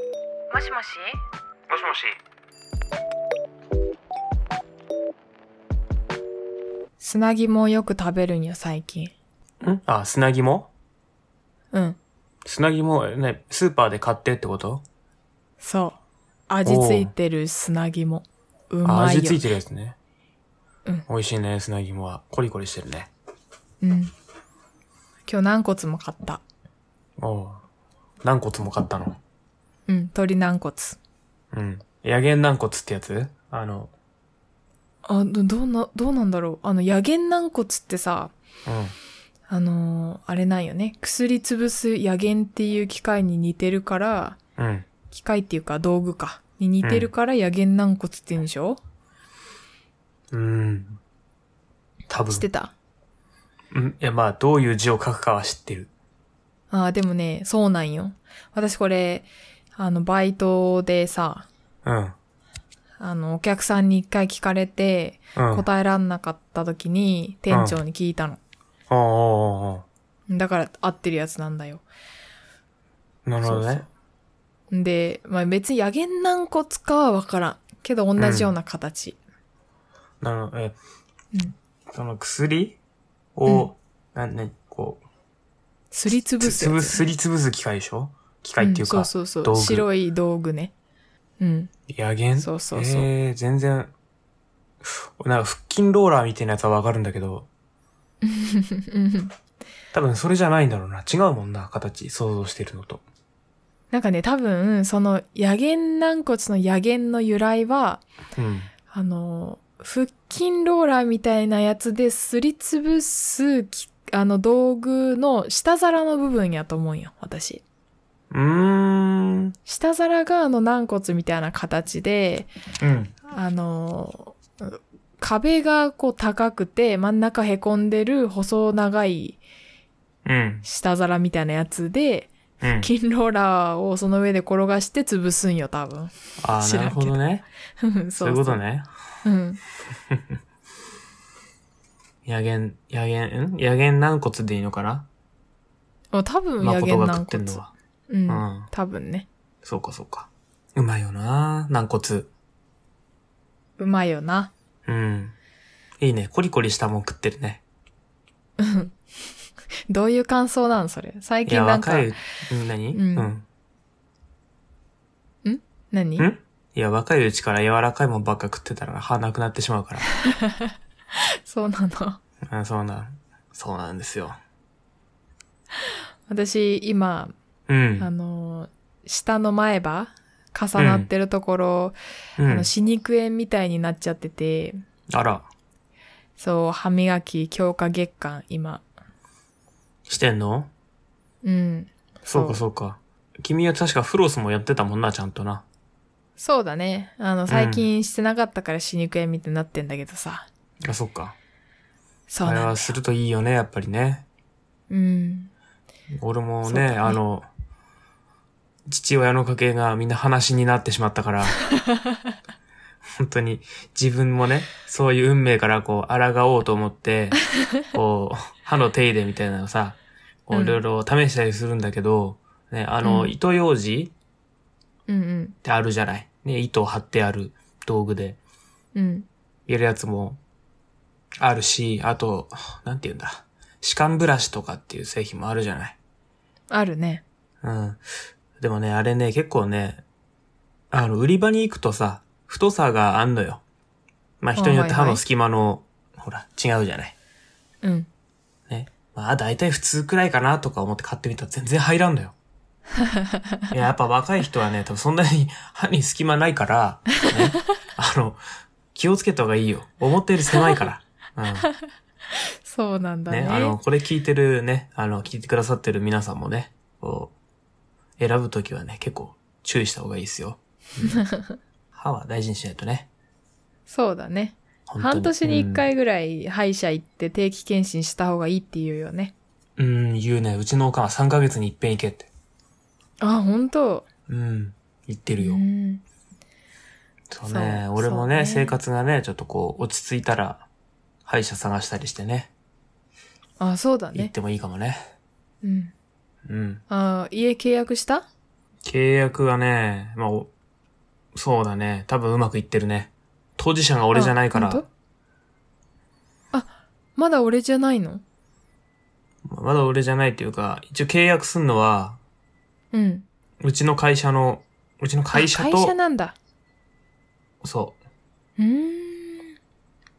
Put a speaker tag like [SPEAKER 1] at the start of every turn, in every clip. [SPEAKER 1] しもし
[SPEAKER 2] もしもし
[SPEAKER 1] 砂肝をよく食べるんよ最近
[SPEAKER 2] んあ、砂肝
[SPEAKER 1] うん
[SPEAKER 2] 砂肝、えね、スーパーで買ってってこと
[SPEAKER 1] そう味ついてる砂肝う
[SPEAKER 2] あ、
[SPEAKER 1] まいよ
[SPEAKER 2] 味ついてるやつね。
[SPEAKER 1] うん。
[SPEAKER 2] 美味しいね、砂肝は。コリコリしてるね。
[SPEAKER 1] うん今日軟骨も買った
[SPEAKER 2] おう軟骨も買ったの。
[SPEAKER 1] うん鶏軟骨
[SPEAKER 2] うん。野源軟骨ってやつあの、
[SPEAKER 1] あどどうなどうなんだろうあの野源軟骨ってさ
[SPEAKER 2] う
[SPEAKER 1] あのーあれなんよね薬潰す野源っていう機械に似てるから
[SPEAKER 2] ん。うん。
[SPEAKER 1] 機械っていうか道具かに似てるから野源軟骨って言うんでしょ、
[SPEAKER 2] うん。多分
[SPEAKER 1] 知っ。てた
[SPEAKER 2] うん。いや、まあ、どういう字を書くかは知ってる。
[SPEAKER 1] ああ、でもね、そうなんよ。私これ、あの、バイトでさ、
[SPEAKER 2] うん。
[SPEAKER 1] あの、お客さんに一回聞かれて、
[SPEAKER 2] うん。
[SPEAKER 1] 答えらんなかった時に、店長に聞いたの。
[SPEAKER 2] おうおうおうお
[SPEAKER 1] だから、合ってるやつなんだよ。
[SPEAKER 2] うなるほどね。
[SPEAKER 1] んで、まあ別に野源軟骨かはわからん。けど、同じような形。
[SPEAKER 2] なるほど。え、
[SPEAKER 1] うん
[SPEAKER 2] その薬を、なんね、こう、
[SPEAKER 1] すりつぶす
[SPEAKER 2] つ
[SPEAKER 1] や
[SPEAKER 2] ぶ
[SPEAKER 1] つ。
[SPEAKER 2] すりつぶす機械でしょ機械っていうか、
[SPEAKER 1] んそうそうそ
[SPEAKER 2] 道
[SPEAKER 1] う。
[SPEAKER 2] 具
[SPEAKER 1] 白い道具ね。うん。
[SPEAKER 2] 野源
[SPEAKER 1] そうそうそう
[SPEAKER 2] えー、全然、なんか腹筋ローラーみたいなやつはわかるんだ けど、
[SPEAKER 1] うん
[SPEAKER 2] 多分それじゃないんだろうな。違うもんな、形、想像してるのと。
[SPEAKER 1] なんかね、多分、その、野源軟骨の野源の由来は、
[SPEAKER 2] うん。
[SPEAKER 1] あの、腹筋ローラーみたいなやつですりつぶすき、あの、道具の下皿の部分やと思うんよ、私。
[SPEAKER 2] うーん。
[SPEAKER 1] 下皿があの軟骨みたいな形で、
[SPEAKER 2] うん。
[SPEAKER 1] あの、壁がこう高くて真ん中へこんでる細長い
[SPEAKER 2] うん。
[SPEAKER 1] 下皿みたいなやつで、
[SPEAKER 2] うん。
[SPEAKER 1] 筋ローラーをその上で転がして潰すんよ、多 分。
[SPEAKER 2] ああ、
[SPEAKER 1] 知
[SPEAKER 2] な
[SPEAKER 1] らん
[SPEAKER 2] る
[SPEAKER 1] けど
[SPEAKER 2] ほどね。
[SPEAKER 1] そう
[SPEAKER 2] そういうこと。ね。
[SPEAKER 1] うん。
[SPEAKER 2] 野源、野源、ん野源軟骨でいいのかな
[SPEAKER 1] あ多分、野
[SPEAKER 2] 誠
[SPEAKER 1] 源
[SPEAKER 2] が
[SPEAKER 1] 軟
[SPEAKER 2] 食ってん
[SPEAKER 1] 骨。
[SPEAKER 2] のは。
[SPEAKER 1] うん。
[SPEAKER 2] うん
[SPEAKER 1] 多分ね。
[SPEAKER 2] そうか、そうか。うまいよな軟骨。
[SPEAKER 1] うまいよな。
[SPEAKER 2] うん。いいね。コリコリしたもん食ってるね。
[SPEAKER 1] どういう感想なんそれ。最
[SPEAKER 2] い
[SPEAKER 1] 近
[SPEAKER 2] や、
[SPEAKER 1] なんか、
[SPEAKER 2] 若い、うん何
[SPEAKER 1] うん
[SPEAKER 2] うん。
[SPEAKER 1] 何
[SPEAKER 2] んいや、若いうちから柔らかいもんばっか食ってたら歯なくなってしまうか
[SPEAKER 1] そうなの。
[SPEAKER 2] ら。うん、そうな、そうなんですよ。
[SPEAKER 1] 私、今、
[SPEAKER 2] う
[SPEAKER 1] あ
[SPEAKER 2] ん。
[SPEAKER 1] の、下の前歯重なってるところ、
[SPEAKER 2] う
[SPEAKER 1] あ
[SPEAKER 2] ん
[SPEAKER 1] の、。歯肉炎みたいになっちゃってて、
[SPEAKER 2] あら、
[SPEAKER 1] そう、歯磨き強化月間、今。
[SPEAKER 2] してんの
[SPEAKER 1] うん。
[SPEAKER 2] そうか、
[SPEAKER 1] そう
[SPEAKER 2] そうか。君は確かフロスもやってたもんな、ちゃんとな。
[SPEAKER 1] そうだね。あの、最近してなかったから歯肉炎みたいになってんだけどさ。
[SPEAKER 2] あ、そっか。
[SPEAKER 1] そう
[SPEAKER 2] あれ
[SPEAKER 1] なんだ
[SPEAKER 2] はするといいよね、やっぱりね。
[SPEAKER 1] うん。
[SPEAKER 2] 俺も
[SPEAKER 1] そう
[SPEAKER 2] ね、
[SPEAKER 1] だね
[SPEAKER 2] あの、父親の家系がみんな話になってしまった から、本当に自分もね、そういう運命からこう、抗おうと 思って、こう、歯の手入れみたいなのさ、こ
[SPEAKER 1] うん
[SPEAKER 2] う、いろいろ試したりするんだけど、ね、あの、
[SPEAKER 1] うん
[SPEAKER 2] 糸用紙っ
[SPEAKER 1] うんうん。
[SPEAKER 2] てあるじゃない。ね、糸を張ってある道具で、
[SPEAKER 1] うん。
[SPEAKER 2] やるやつもあるし、あと、なんて言うんだ、歯間ブラシとかっていう製品もあるじゃない。
[SPEAKER 1] あるね。
[SPEAKER 2] うん。でもね、あれね、結構ね、あの、売り場に行くとさ、太さがあんのよ。まあ、人によって
[SPEAKER 1] あは
[SPEAKER 2] 歯
[SPEAKER 1] いはい
[SPEAKER 2] の隙間の、ほら、違うじゃない。
[SPEAKER 1] うん。
[SPEAKER 2] ね。まあ、だいたい普通くらいかなとか思って買ってみたら全然入ら んのよ。いや、やっぱ若い人はね、多分そんなに 歯に隙間ないから、ね。あの、気をつけた方がいいよ。思ったより狭いから。うん。
[SPEAKER 1] そうなんだね。
[SPEAKER 2] ね、あの、これ聞いてるね、あの、聞いてくださってる皆さんもね、こう、選ぶときはね、結構注意した方がいいですよ。 歯は大事にしないとね。
[SPEAKER 1] そうだね。
[SPEAKER 2] 本当
[SPEAKER 1] 半年に一、回ぐらい歯医者行って定期検診した方がいいって言うよね。
[SPEAKER 2] うん。うん、言うね。うちのおかんは3ヶ月に一遍行けって。
[SPEAKER 1] あ、本当。
[SPEAKER 2] うん。言って
[SPEAKER 1] う
[SPEAKER 2] るよ。
[SPEAKER 1] ん。
[SPEAKER 2] そうね
[SPEAKER 1] そう
[SPEAKER 2] 俺も
[SPEAKER 1] そう
[SPEAKER 2] ね
[SPEAKER 1] ね
[SPEAKER 2] 生活がね、ちょっとこう、落ち着いたら、歯医者探したりしてね、
[SPEAKER 1] あ、そうだ
[SPEAKER 2] 行っ
[SPEAKER 1] ね。
[SPEAKER 2] てもいいかもね。
[SPEAKER 1] うん。
[SPEAKER 2] うん。
[SPEAKER 1] あ、家契約した
[SPEAKER 2] 契約はね、まあ、おそうだね。多分うまくいってるね。当事者が俺じゃないか
[SPEAKER 1] あ
[SPEAKER 2] ら
[SPEAKER 1] 本。当あまだ俺じゃないの
[SPEAKER 2] まだ俺じゃないっていうか、一応契約すんのは、
[SPEAKER 1] うん。
[SPEAKER 2] うちの会社の、うちの会社
[SPEAKER 1] あ会社
[SPEAKER 2] と、
[SPEAKER 1] なんだ。
[SPEAKER 2] そう、
[SPEAKER 1] うーん。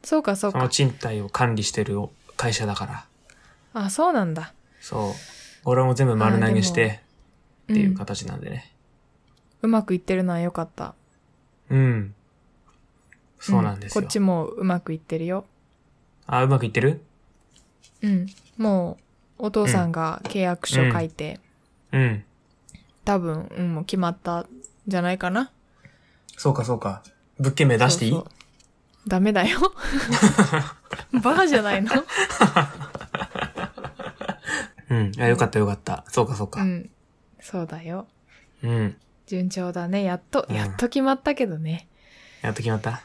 [SPEAKER 1] そうか、そう
[SPEAKER 2] その
[SPEAKER 1] か。
[SPEAKER 2] 賃貸を管理してる会社だから。
[SPEAKER 1] あ、そうなんだ。
[SPEAKER 2] そう。俺も全部丸投げしてっ
[SPEAKER 1] う、
[SPEAKER 2] ていうん形なんでね。
[SPEAKER 1] うまくいってるのは良かった。
[SPEAKER 2] うん。そうなんですよ。
[SPEAKER 1] こっちもうまくいってるよ。
[SPEAKER 2] あ、うまくいってる
[SPEAKER 1] うん。もう、お父さんが契約書書いて、
[SPEAKER 2] うん。
[SPEAKER 1] 多分、うん、もう決まったんじゃないかな。
[SPEAKER 2] そうかそうか。物件名出していい
[SPEAKER 1] そうそうダメ だよ。バカじゃないの
[SPEAKER 2] うん。あ、よかったよかった。そうかそう
[SPEAKER 1] う
[SPEAKER 2] か。
[SPEAKER 1] ん。そうだよ。
[SPEAKER 2] うん。
[SPEAKER 1] 順調だね。やっと、
[SPEAKER 2] うん
[SPEAKER 1] やっと決まったけどね。
[SPEAKER 2] やっと決まった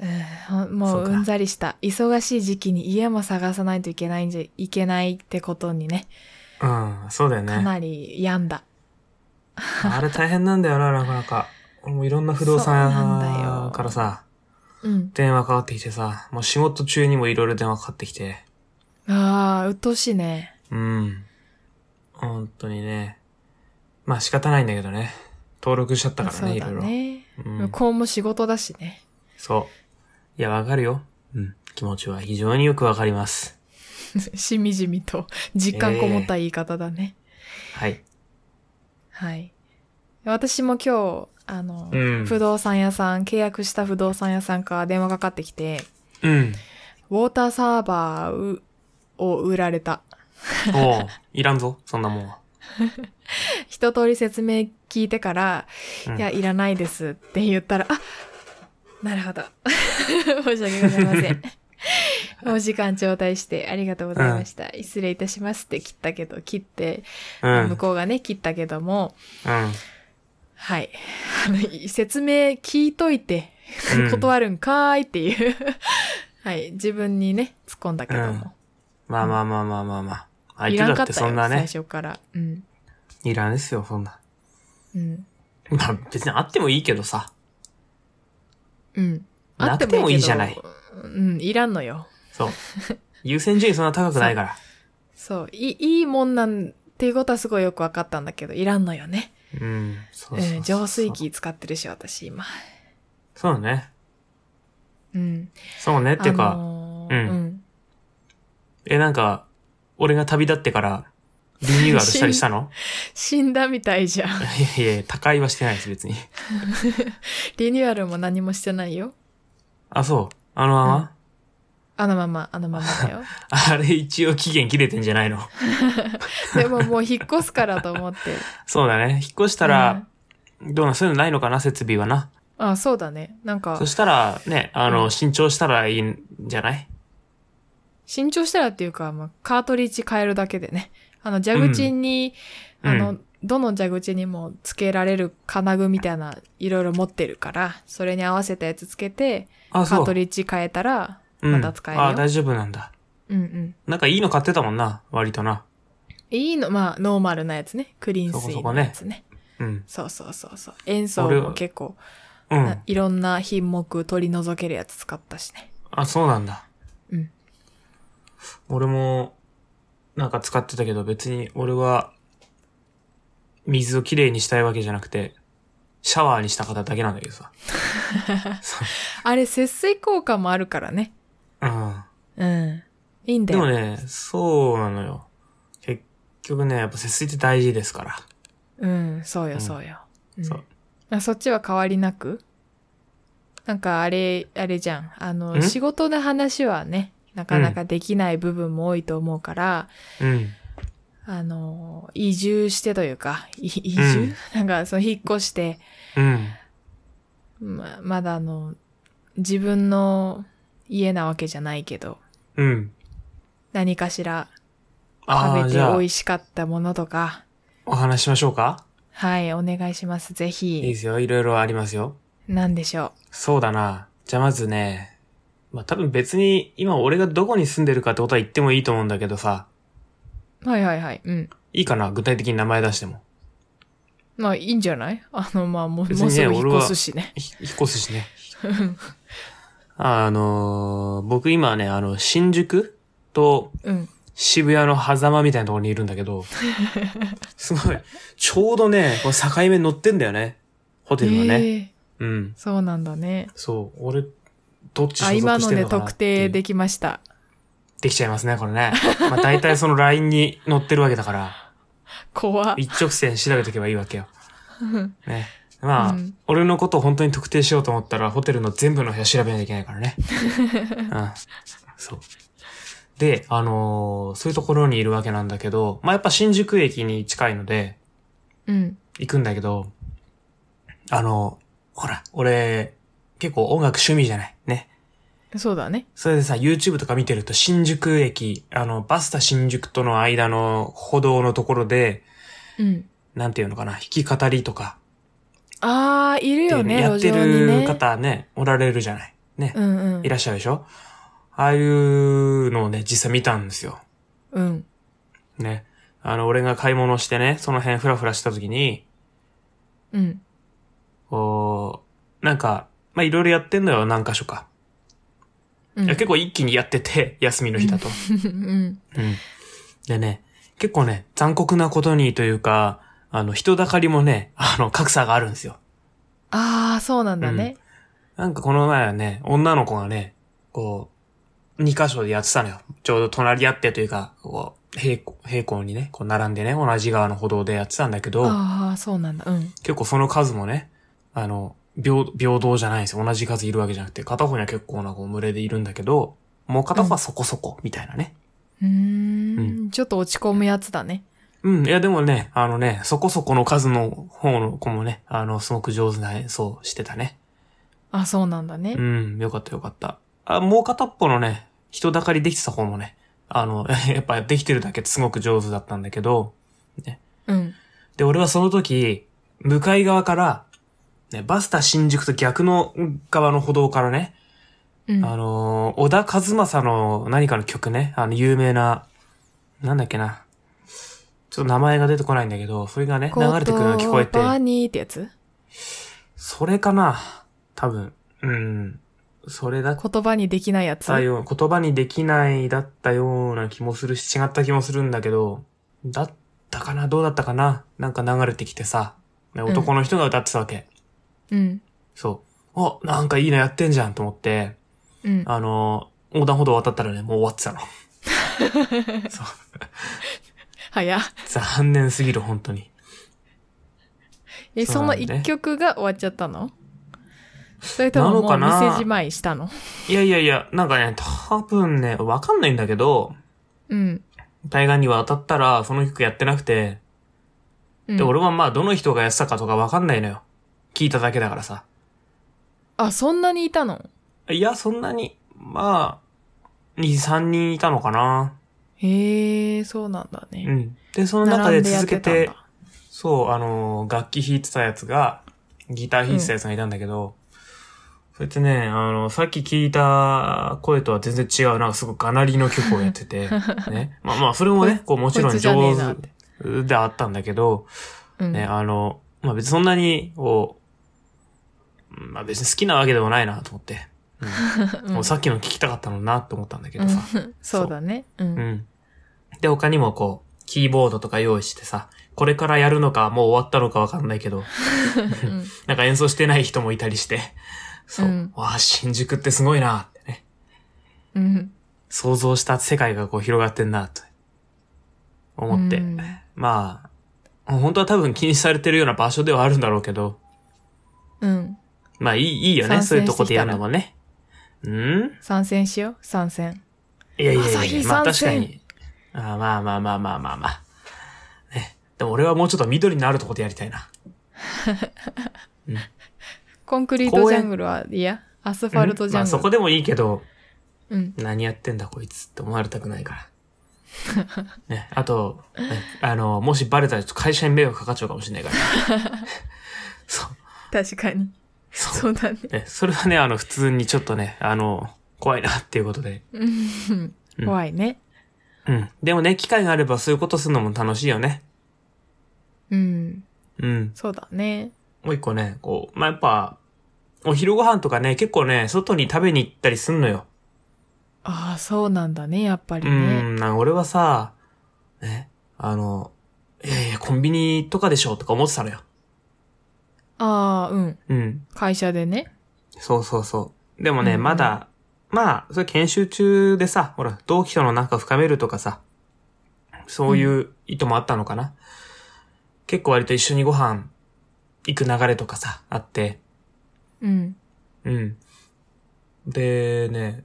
[SPEAKER 1] うんほん、も
[SPEAKER 2] そう
[SPEAKER 1] う
[SPEAKER 2] か
[SPEAKER 1] うんざりした。忙しい時期に家も探さないといけないんじゃ、いけないってことにね、
[SPEAKER 2] うん、そうだよ
[SPEAKER 1] か
[SPEAKER 2] ね。
[SPEAKER 1] なり病んだ。
[SPEAKER 2] あれ大変なんだよな、なかなか。俺もいろんな不動産
[SPEAKER 1] そうなんだ
[SPEAKER 2] 屋
[SPEAKER 1] よ
[SPEAKER 2] からさ、
[SPEAKER 1] うん。
[SPEAKER 2] 電話かかってきてさ、もう仕事中にもいろいろ電話かかってきて。
[SPEAKER 1] ああ、うっとうしいね。
[SPEAKER 2] うん。本当にね。まあ仕方ないんだけどね。登録しちゃったから
[SPEAKER 1] そ
[SPEAKER 2] ね、
[SPEAKER 1] う
[SPEAKER 2] い
[SPEAKER 1] だ
[SPEAKER 2] ろいろ。
[SPEAKER 1] ね。
[SPEAKER 2] うん
[SPEAKER 1] 向こうも仕事だしね。
[SPEAKER 2] そう。いや、わかるよ。うん。気持ちは非常によくわかります。
[SPEAKER 1] しみじみと実感こもった言い方だね。
[SPEAKER 2] はい。
[SPEAKER 1] はい。私も今日、あの、
[SPEAKER 2] うん
[SPEAKER 1] 不動産屋さん、契約した不動産屋さんから電話かかってきて、
[SPEAKER 2] うん。
[SPEAKER 1] ウォーターサーバーうを売られた。
[SPEAKER 2] おう、いらんぞ、そんなもんは。
[SPEAKER 1] 一通り説明聞いてから、
[SPEAKER 2] うん
[SPEAKER 1] いや、いらないですって言ったら、あなるほど。 申し訳ございません。お時間頂戴してありがとうございました。失礼いたしますって切ったけど、切って、
[SPEAKER 2] うん。うん
[SPEAKER 1] 向。こうがね、切ったけども、はい。あの、い説明聞いといて
[SPEAKER 2] う、ん
[SPEAKER 1] 断るんかーいっていう、 はい。自分にね、突っ込んだけども。
[SPEAKER 2] まあまあまあまあまあまあ。相
[SPEAKER 1] い
[SPEAKER 2] 手
[SPEAKER 1] らん
[SPEAKER 2] だ
[SPEAKER 1] かっ
[SPEAKER 2] っ
[SPEAKER 1] てた
[SPEAKER 2] そ
[SPEAKER 1] よ、
[SPEAKER 2] んな
[SPEAKER 1] 最
[SPEAKER 2] ね。
[SPEAKER 1] 初から。うん。
[SPEAKER 2] いらんですよ、そんな。
[SPEAKER 1] うん。
[SPEAKER 2] まあ別にあってもいいけどさ。
[SPEAKER 1] うん。
[SPEAKER 2] なくてもいいじゃない
[SPEAKER 1] あってもいいけど。うん、いらんのよ。
[SPEAKER 2] そう。優先順位そんな高くないから。
[SPEAKER 1] そう。いい、いいもんなんっていうことはすごいよくわかったんだけど、いらんのよね。
[SPEAKER 2] うん。そう
[SPEAKER 1] う。
[SPEAKER 2] そうそうそうん
[SPEAKER 1] 浄水。器使ってるし、私今。
[SPEAKER 2] そうだね。
[SPEAKER 1] うん。
[SPEAKER 2] そうね。っていう
[SPEAKER 1] あ
[SPEAKER 2] か、
[SPEAKER 1] の
[SPEAKER 2] う
[SPEAKER 1] ー
[SPEAKER 2] ん
[SPEAKER 1] うん。
[SPEAKER 2] え、なんか、俺が旅立ってから、リニューアルしたりした の
[SPEAKER 1] 死んだみたいじゃん。
[SPEAKER 2] いやいや、他界はしてないです、別に。
[SPEAKER 1] リニューアルも何もしてないよ。
[SPEAKER 2] あ、そう。あのまま、
[SPEAKER 1] あのまま、あのままだ よ。
[SPEAKER 2] あれ一応期限切れてんじゃないの
[SPEAKER 1] でももう引っ越すからと思って。
[SPEAKER 2] そうだね。引っ越したら、どうなん、そういうのないのかな、設備はな。
[SPEAKER 1] あ、そうだね。なんか
[SPEAKER 2] そ、したら、ね、あの、
[SPEAKER 1] うん
[SPEAKER 2] 新調したらいいんじゃない
[SPEAKER 1] 新調したらっていうか、まあ、カートリッジ変えるだけでね。あの、蛇口に、
[SPEAKER 2] うん
[SPEAKER 1] あ
[SPEAKER 2] う
[SPEAKER 1] の、どの蛇口にも付けられる金具みたいな、いろいろ持ってるから、それに合わせたやつつけて、
[SPEAKER 2] あ、
[SPEAKER 1] カ
[SPEAKER 2] そ
[SPEAKER 1] ート
[SPEAKER 2] う。
[SPEAKER 1] リッジ変えたら、
[SPEAKER 2] うん
[SPEAKER 1] また使えるよ
[SPEAKER 2] あ、大丈夫なんだ。
[SPEAKER 1] うんうん。
[SPEAKER 2] なんかいいの買ってたもんな、割とな。
[SPEAKER 1] いいの、まあ、ノーマルなやつね。クリーン水のやつね。
[SPEAKER 2] うん。
[SPEAKER 1] そうそうそうそう。塩素
[SPEAKER 2] 俺は
[SPEAKER 1] も結構、
[SPEAKER 2] うん。
[SPEAKER 1] な、いろんな品目取り除けるやつ使ったしね。
[SPEAKER 2] あ、そうなんだ。
[SPEAKER 1] うん。
[SPEAKER 2] 俺も、なんか使ってたけど、別に俺は、水をきれいにしたいわけじゃなくて、シャワーにした方だけなんだけどさ。
[SPEAKER 1] あれ、節水効果もあるからね。
[SPEAKER 2] うん。
[SPEAKER 1] うん。いいんだ
[SPEAKER 2] で
[SPEAKER 1] よ。
[SPEAKER 2] もね、そうなのよ。結局ね、やっぱ節水って大事ですから。
[SPEAKER 1] うん、そう
[SPEAKER 2] うん
[SPEAKER 1] よ、そうよ。うん
[SPEAKER 2] そう。
[SPEAKER 1] あそっちは変わりなくなんかあれ、あれじゃん。あ
[SPEAKER 2] ん
[SPEAKER 1] の、仕事の話はね、なかなかできない部分も多いと思うから、
[SPEAKER 2] うん。
[SPEAKER 1] あの、移住してというか、い移住、
[SPEAKER 2] うん
[SPEAKER 1] なんか、その、引っ越して、
[SPEAKER 2] うん。
[SPEAKER 1] ままだあの、自分の家なわけじゃないけど、
[SPEAKER 2] うん。
[SPEAKER 1] 何かしら
[SPEAKER 2] あ
[SPEAKER 1] 食べ
[SPEAKER 2] あ、
[SPEAKER 1] て
[SPEAKER 2] じ
[SPEAKER 1] 美
[SPEAKER 2] ゃあ、
[SPEAKER 1] 味しかったものとか、
[SPEAKER 2] お話ししましょうか
[SPEAKER 1] はい、お願いします。ぜ
[SPEAKER 2] いいで
[SPEAKER 1] ひ、
[SPEAKER 2] すよ。いろいろありますよ。
[SPEAKER 1] なんでしょ
[SPEAKER 2] そうだな。じゃあまずね、まあ多分別に今俺がどこに住んでるかってことは言ってもいいと思うんだけどさ、
[SPEAKER 1] う。はいはいはい。うん。
[SPEAKER 2] いいかな具体的に名前出しても。
[SPEAKER 1] まあいいんじゃないあの、まあもう、
[SPEAKER 2] 別
[SPEAKER 1] もう
[SPEAKER 2] に
[SPEAKER 1] す
[SPEAKER 2] ね
[SPEAKER 1] ぐ引っ
[SPEAKER 2] 俺は
[SPEAKER 1] 越すしね。
[SPEAKER 2] ひ引っ越すしね。あのー僕今ね、あの、新宿と
[SPEAKER 1] うん。
[SPEAKER 2] 渋谷の狭間みたいなところにいるんだけ ど、すごい、ちょうどね、この境目に乗ってんだよね。ホテルがね。
[SPEAKER 1] ええ
[SPEAKER 2] うん。
[SPEAKER 1] そうなんだね。
[SPEAKER 2] そう、俺、どっち
[SPEAKER 1] あ、
[SPEAKER 2] 所
[SPEAKER 1] 今
[SPEAKER 2] 属し
[SPEAKER 1] の
[SPEAKER 2] てる
[SPEAKER 1] で
[SPEAKER 2] のかなっ
[SPEAKER 1] 特
[SPEAKER 2] ていう
[SPEAKER 1] 定できました。
[SPEAKER 2] できちゃいますね、これね。まあ大体そのラインに乗ってるわけだから、
[SPEAKER 1] 怖っ。
[SPEAKER 2] 一直線調べとけばいい わけよ。
[SPEAKER 1] うん
[SPEAKER 2] ね。ま
[SPEAKER 1] う
[SPEAKER 2] あ、
[SPEAKER 1] ん
[SPEAKER 2] 俺のことを本当に特定しようと思ったら、ホテルの全部の部屋調べなきゃいけないか らね。うん。そう。で、あのーそういうところにいるわけなんだけど、まあやっぱ新宿駅に近いので、
[SPEAKER 1] うん。
[SPEAKER 2] 行くんだけど、あのーほら、俺、結構音楽趣味じゃないね。
[SPEAKER 1] そうだね。
[SPEAKER 2] それでさ、YouTube とか見てると新宿駅、あの、バスタ新宿との間の歩道のところで、
[SPEAKER 1] うん。
[SPEAKER 2] なんていうのかな、弾き語りとか、
[SPEAKER 1] ああ、いるよね、
[SPEAKER 2] や
[SPEAKER 1] 路
[SPEAKER 2] って
[SPEAKER 1] 上に
[SPEAKER 2] る
[SPEAKER 1] ね。
[SPEAKER 2] 方ね、おられるじゃない。ね。
[SPEAKER 1] うんうん
[SPEAKER 2] い。らっしゃるでしょああいうのをね、実際見たんですよ。
[SPEAKER 1] うん。
[SPEAKER 2] ね。あの、俺が買い物してね、その辺フラフラした時に、
[SPEAKER 1] うん。
[SPEAKER 2] こう、なんか、まあ、いろいろやってんのよ、何箇所か。
[SPEAKER 1] うん
[SPEAKER 2] いや、結構一気にやってて、 休みの日だと。
[SPEAKER 1] うん。
[SPEAKER 2] うん。でね、結構ね、残酷なことにというか、あの、人だかりもね、あの、格差があるんですよ。
[SPEAKER 1] ああ、そうなんだね。
[SPEAKER 2] なんかこの前はね、女の子がね、こう、二箇所でやってたのよ。ちょうど隣り合ってというか、こう、平行、平行にね、こう並んでね、同じ側の歩道でやってたんだけど、
[SPEAKER 1] ああ、そうなんだ。うん。
[SPEAKER 2] 結構その数もね、あの、平、平等じゃないんですよ。同じ数いるわけじゃなくて、片方には結構なこう群れでいるんだけど、もう片方はそこそこ、みたいなね。
[SPEAKER 1] うーん。ちょっと落ち込むやつだね。
[SPEAKER 2] うん、いやでもね、あのね、そこそこの数の方の子もね、あの、すごく上手な演奏してたね。
[SPEAKER 1] あ、そうなんだね
[SPEAKER 2] う。ん、よかったよかった。あ、もう片っぽのね、人だかりできてた方もね、あの、 やっぱできてるだけすごく上手だったんだけど、
[SPEAKER 1] うん。
[SPEAKER 2] で、俺はその時、向かい側から、ね、バスタ新宿と逆の側の歩道からね、
[SPEAKER 1] うん。
[SPEAKER 2] あのー、小田和正の何かの曲ね、あの、有名な、なんだっけな、ちょっと名前が出てこないんだけど、それがね、流れてくるのが聞こえて、
[SPEAKER 1] 言葉にってやつ
[SPEAKER 2] それかな多分。うん。それだっ
[SPEAKER 1] 言葉にできないやつ。
[SPEAKER 2] たよう、言葉にできないだったような気もするし、違った気もするんだけど、だったかなどうだったかななんか流れてきてさ、ね
[SPEAKER 1] ん
[SPEAKER 2] 男の人が歌ってたわけ。
[SPEAKER 1] うん。
[SPEAKER 2] そう。あ、なんかいいのやってんじゃんと思って、
[SPEAKER 1] うん。
[SPEAKER 2] あの、横断歩道渡ったらね、もう終わってたの。 そう。
[SPEAKER 1] 早っ。
[SPEAKER 2] 残念すぎる、本当に。
[SPEAKER 1] え、
[SPEAKER 2] そ
[SPEAKER 1] そう
[SPEAKER 2] な
[SPEAKER 1] の
[SPEAKER 2] んだね
[SPEAKER 1] 一曲が終わっちゃったのそれとも
[SPEAKER 2] なの
[SPEAKER 1] も
[SPEAKER 2] か
[SPEAKER 1] う
[SPEAKER 2] な
[SPEAKER 1] 店じまいしたの
[SPEAKER 2] いやいやいや、なんかね、多分ね、わかんないんだけど、
[SPEAKER 1] うん。
[SPEAKER 2] 対岸には当たったら、その曲やってなくて、
[SPEAKER 1] うん
[SPEAKER 2] で、俺はまあ、どの人がやってたかとかわかんないのよ。聞いただけだからさ。
[SPEAKER 1] あ、そんなにいたの
[SPEAKER 2] いや、そんなに、まあ、2、3人いたのかな。
[SPEAKER 1] へえ、そうなんだね。
[SPEAKER 2] うん。で、その中で続けて、
[SPEAKER 1] 並んでやってたんだ
[SPEAKER 2] そう、あのー、楽器弾いてたやつが、ギター弾いてたやつがいたんだけど、それってね、あの、さっき聞いた声とは全然違う、なんかすごいガナリの曲をやって て、ね。まあまあ、それもね、こう、もちろ
[SPEAKER 1] こ
[SPEAKER 2] ん
[SPEAKER 1] いつじゃねえ
[SPEAKER 2] 上
[SPEAKER 1] なって
[SPEAKER 2] 手ではあったんだけど、
[SPEAKER 1] うん
[SPEAKER 2] ね、あの、まあ別にそんなに、こう、うんまあ別に好きなわけでもないなと思って、
[SPEAKER 1] うん
[SPEAKER 2] もうさっきの聞きたかったのになと思ったんだけどさ。
[SPEAKER 1] うんそうだね。う。
[SPEAKER 2] うんん。で、他にもこう、キーボードとか用意してさ、これからやるのかもう終わったのかわかんないけど、
[SPEAKER 1] うん
[SPEAKER 2] なんか演奏してない人もいたりして、そう。
[SPEAKER 1] うん
[SPEAKER 2] わあ、新宿ってすごいなってね。
[SPEAKER 1] うん。
[SPEAKER 2] 想像した世界がこう広がってんなと思って。
[SPEAKER 1] うん
[SPEAKER 2] まあ、本当は多分禁止されてるような場所ではあるんだろうけど、
[SPEAKER 1] うん。
[SPEAKER 2] まあいい、いいよね。
[SPEAKER 1] 参戦
[SPEAKER 2] そういうとこでやるのもね。うん
[SPEAKER 1] 参戦しよう、参戦。
[SPEAKER 2] いやいや
[SPEAKER 1] 朝
[SPEAKER 2] いや、
[SPEAKER 1] 日
[SPEAKER 2] ま
[SPEAKER 1] 参
[SPEAKER 2] あ確か
[SPEAKER 1] 戦
[SPEAKER 2] に。あーまあまあまあまあまあまあ。ね。でも俺はもうちょっと緑のあるとこでやりたいな。
[SPEAKER 1] コンクリートジャングルは、いや、アスファルトジャ
[SPEAKER 2] まあ
[SPEAKER 1] ング
[SPEAKER 2] そ
[SPEAKER 1] ル。
[SPEAKER 2] こでもいいけど、
[SPEAKER 1] うん。
[SPEAKER 2] 何やってんだこいつって思われたくないから。 ね。あと、ねあの、もしバレたらちょっと会社に迷惑かかっちゃうかもしれないから。そう。
[SPEAKER 1] 確かに。
[SPEAKER 2] そ
[SPEAKER 1] そうだね。
[SPEAKER 2] う。ね。それはね、あの、普通にちょっとね、あの、怖いなっていうことで。
[SPEAKER 1] うん
[SPEAKER 2] うん
[SPEAKER 1] 怖いね。
[SPEAKER 2] うん。でもね、機会があればそういうことするのも楽しいよね。
[SPEAKER 1] うん。
[SPEAKER 2] うん。
[SPEAKER 1] そうだね。
[SPEAKER 2] もう一個ね、こう、まあ、やっぱ、お昼ご飯とかね、結構ね、外に食べに行ったりすんのよ。
[SPEAKER 1] ああ、そうなんだね、やっぱり
[SPEAKER 2] う
[SPEAKER 1] ね。
[SPEAKER 2] ん、なんか俺はさ、ね、あの、いやいや、コンビニとかでしょとか思ってたのよ。
[SPEAKER 1] ああ、うん。
[SPEAKER 2] うん。
[SPEAKER 1] 会社でね。
[SPEAKER 2] そうそうそう。でもね、
[SPEAKER 1] うんうん
[SPEAKER 2] まだ、まあ、それ研修中でさ、ほら、同期との仲深めるとかさ、そういう意図もあったのかな。結構割と一緒にご飯行く流れとかさ、あって、
[SPEAKER 1] うん。
[SPEAKER 2] うん。でね、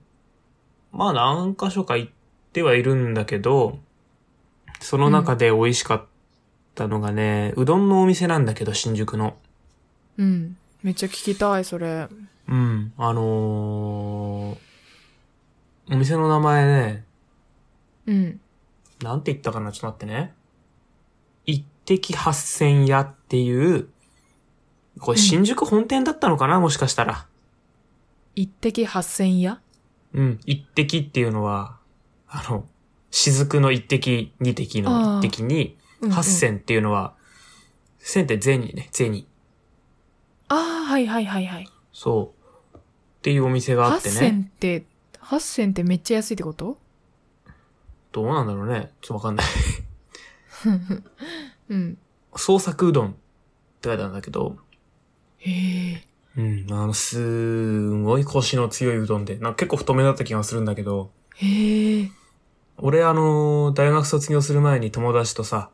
[SPEAKER 2] まあ何箇所か行ってはいるんだけど、その中で美味しかったのがね、うどんのお店なんだけど、新宿の。
[SPEAKER 1] うん。めっちゃ聞きたい、それ。
[SPEAKER 2] うん。あのー、お店の名前ね、
[SPEAKER 1] うん。
[SPEAKER 2] なんて言ったかなちょっと待ってね。一滴八千屋っていう、これ新宿本店だったのかな、もしかしたら。
[SPEAKER 1] 一滴八千や
[SPEAKER 2] うん。一滴っていうのは、あの、雫の一滴、二滴の一滴に、八。
[SPEAKER 1] うんうん
[SPEAKER 2] 千っていうのは、千って銭ね、銭。
[SPEAKER 1] ああ、はいはいはいはい。
[SPEAKER 2] そう。っていうお店があ
[SPEAKER 1] 八
[SPEAKER 2] ってね。
[SPEAKER 1] 千って、八千ってめっちゃ安いってこと
[SPEAKER 2] どうなんだろうね。ちょっとわかんない。
[SPEAKER 1] うん。
[SPEAKER 2] 創作うどんって書いてあるんだけど、
[SPEAKER 1] へえ。
[SPEAKER 2] うん、あの、すんごい腰の強いうどんで、なんか結構太めだった気がするんだけど、
[SPEAKER 1] へえ。
[SPEAKER 2] 俺あの、大学卒業する前に友達とさ、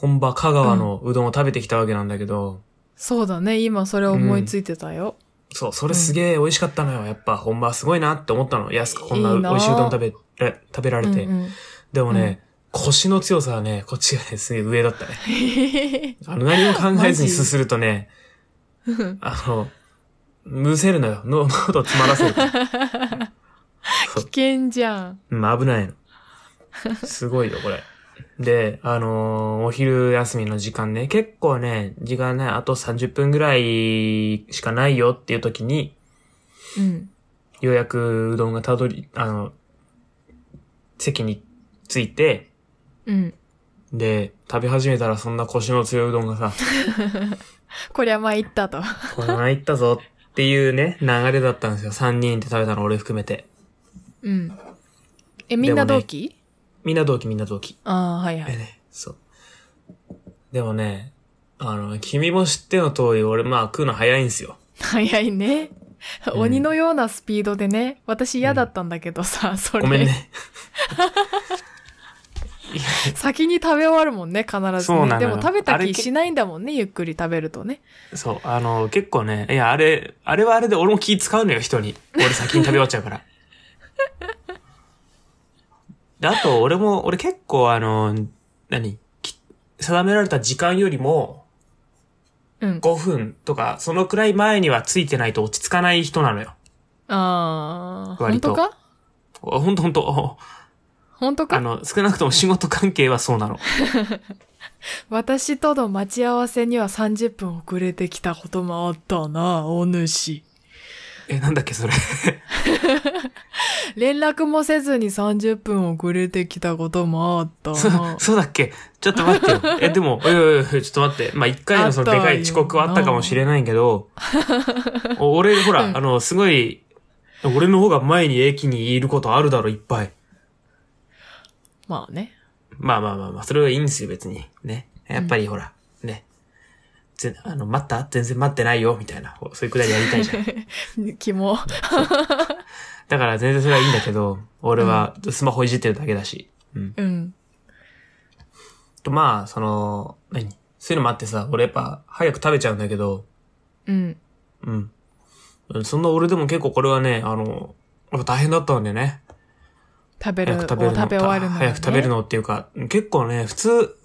[SPEAKER 2] 本場香川のうどんを食べてきたわけなんだけど、
[SPEAKER 1] そうだね、今それ思いついてたよ。
[SPEAKER 2] そう、それすげえ美味しかったのよ。やっぱ本場すごいなって思ったの。安くこんないい
[SPEAKER 1] いなあ
[SPEAKER 2] 美味しいうどん食べられ、食べら
[SPEAKER 1] う
[SPEAKER 2] れ
[SPEAKER 1] ん
[SPEAKER 2] て。
[SPEAKER 1] うん。
[SPEAKER 2] でもね、腰の強さはね、こっちがね、すげえ上だったね。
[SPEAKER 1] へえ。
[SPEAKER 2] あの、何も考えず
[SPEAKER 1] マジ
[SPEAKER 2] にすするとね、
[SPEAKER 1] ん
[SPEAKER 2] あの、むせるのよ。の喉詰まらせ るから。
[SPEAKER 1] 危険じゃん。
[SPEAKER 2] うん、危ないの。すごいよ、これ。で、あのーお昼休みの時間ね、結構ね、時間ね、あと30分ぐらいしかないよっていう時に、
[SPEAKER 1] うん。
[SPEAKER 2] ようやくうどんがたどり、あの、席に着いて、
[SPEAKER 1] うん。
[SPEAKER 2] で、食べ始めたらそんな腰の強いうどん がさ、
[SPEAKER 1] こりゃ参ったと。
[SPEAKER 2] これは行ったぞっていうね、流れだったんですよ。3人で食べたの、俺含めて。
[SPEAKER 1] うん。え、みんな同期、
[SPEAKER 2] みんな同期、みんな同期。
[SPEAKER 1] ああ、はいは
[SPEAKER 2] え
[SPEAKER 1] い。
[SPEAKER 2] ね、そう。でもね、あの、君も知っての通り、俺、まあ、食うの早いんすよ。
[SPEAKER 1] 早いね。
[SPEAKER 2] うん
[SPEAKER 1] 鬼のようなスピードでね、私嫌だったんだけどさ、それ。
[SPEAKER 2] ごめんね。
[SPEAKER 1] 先に食べ終わるもんね、必ず、ね。
[SPEAKER 2] そうなの
[SPEAKER 1] で
[SPEAKER 2] よ
[SPEAKER 1] も食べた
[SPEAKER 2] あれ
[SPEAKER 1] 気
[SPEAKER 2] け
[SPEAKER 1] しないんだもんね、ゆっくり食べるとね。
[SPEAKER 2] そう、あの、結構ね、いや、あれ、あれはあれで俺も気使うのよ、人に。俺先に食べ終わっちゃうから。で、あと、俺も、俺結構、あの、何き定められた時間よりも、
[SPEAKER 1] うん。
[SPEAKER 2] 5分とか、そのくらい前にはついてないと落ち着かない人なのよ。
[SPEAKER 1] ああ、本
[SPEAKER 2] 割と
[SPEAKER 1] 当か
[SPEAKER 2] ほんとほんと。
[SPEAKER 1] 本当
[SPEAKER 2] あ
[SPEAKER 1] か
[SPEAKER 2] の、少なくとも仕事関係はそうなの。
[SPEAKER 1] 私との待ち合わせには30分遅れてきたこともあったな、お主。
[SPEAKER 2] え、なんだっけ、それ。
[SPEAKER 1] 連絡もせずに30分遅れてきたこともあった
[SPEAKER 2] そ
[SPEAKER 1] な。
[SPEAKER 2] そうだ っけちょっと待っ てよ。え、でも、いやいやいや、ちょっと待って。まあ、一回のその
[SPEAKER 1] あった
[SPEAKER 2] で
[SPEAKER 1] よ
[SPEAKER 2] かい遅刻はあったかもしれないけど、お俺、ほら、
[SPEAKER 1] うん
[SPEAKER 2] あの、すごい、俺の方が前に駅にいることあるだろ、いっぱい。
[SPEAKER 1] まあね。
[SPEAKER 2] まあまあまあまあ、それはいいんですよ、別に。ね。やっぱりほら、ね。ぜあの、待った全然待ってないよ、みたいな。ほそういうくらいやりたいじ ゃん。
[SPEAKER 1] 気も。
[SPEAKER 2] だから全然それはいいんだけど、俺はスマホいじってるだけだし。うん。
[SPEAKER 1] うん。
[SPEAKER 2] と、まあ、その、何そういうのもあってさ、俺やっぱ早く食べちゃうんだけど、
[SPEAKER 1] うん。
[SPEAKER 2] うん。そんな俺でも結構これはね、あの、やっぱ大変だったんでね。
[SPEAKER 1] 食べる
[SPEAKER 2] 早
[SPEAKER 1] を
[SPEAKER 2] く
[SPEAKER 1] 食
[SPEAKER 2] 食べるの。
[SPEAKER 1] べ終わるの、ね。
[SPEAKER 2] 早く食べる
[SPEAKER 1] の。
[SPEAKER 2] のっていうか、結構ね、普通、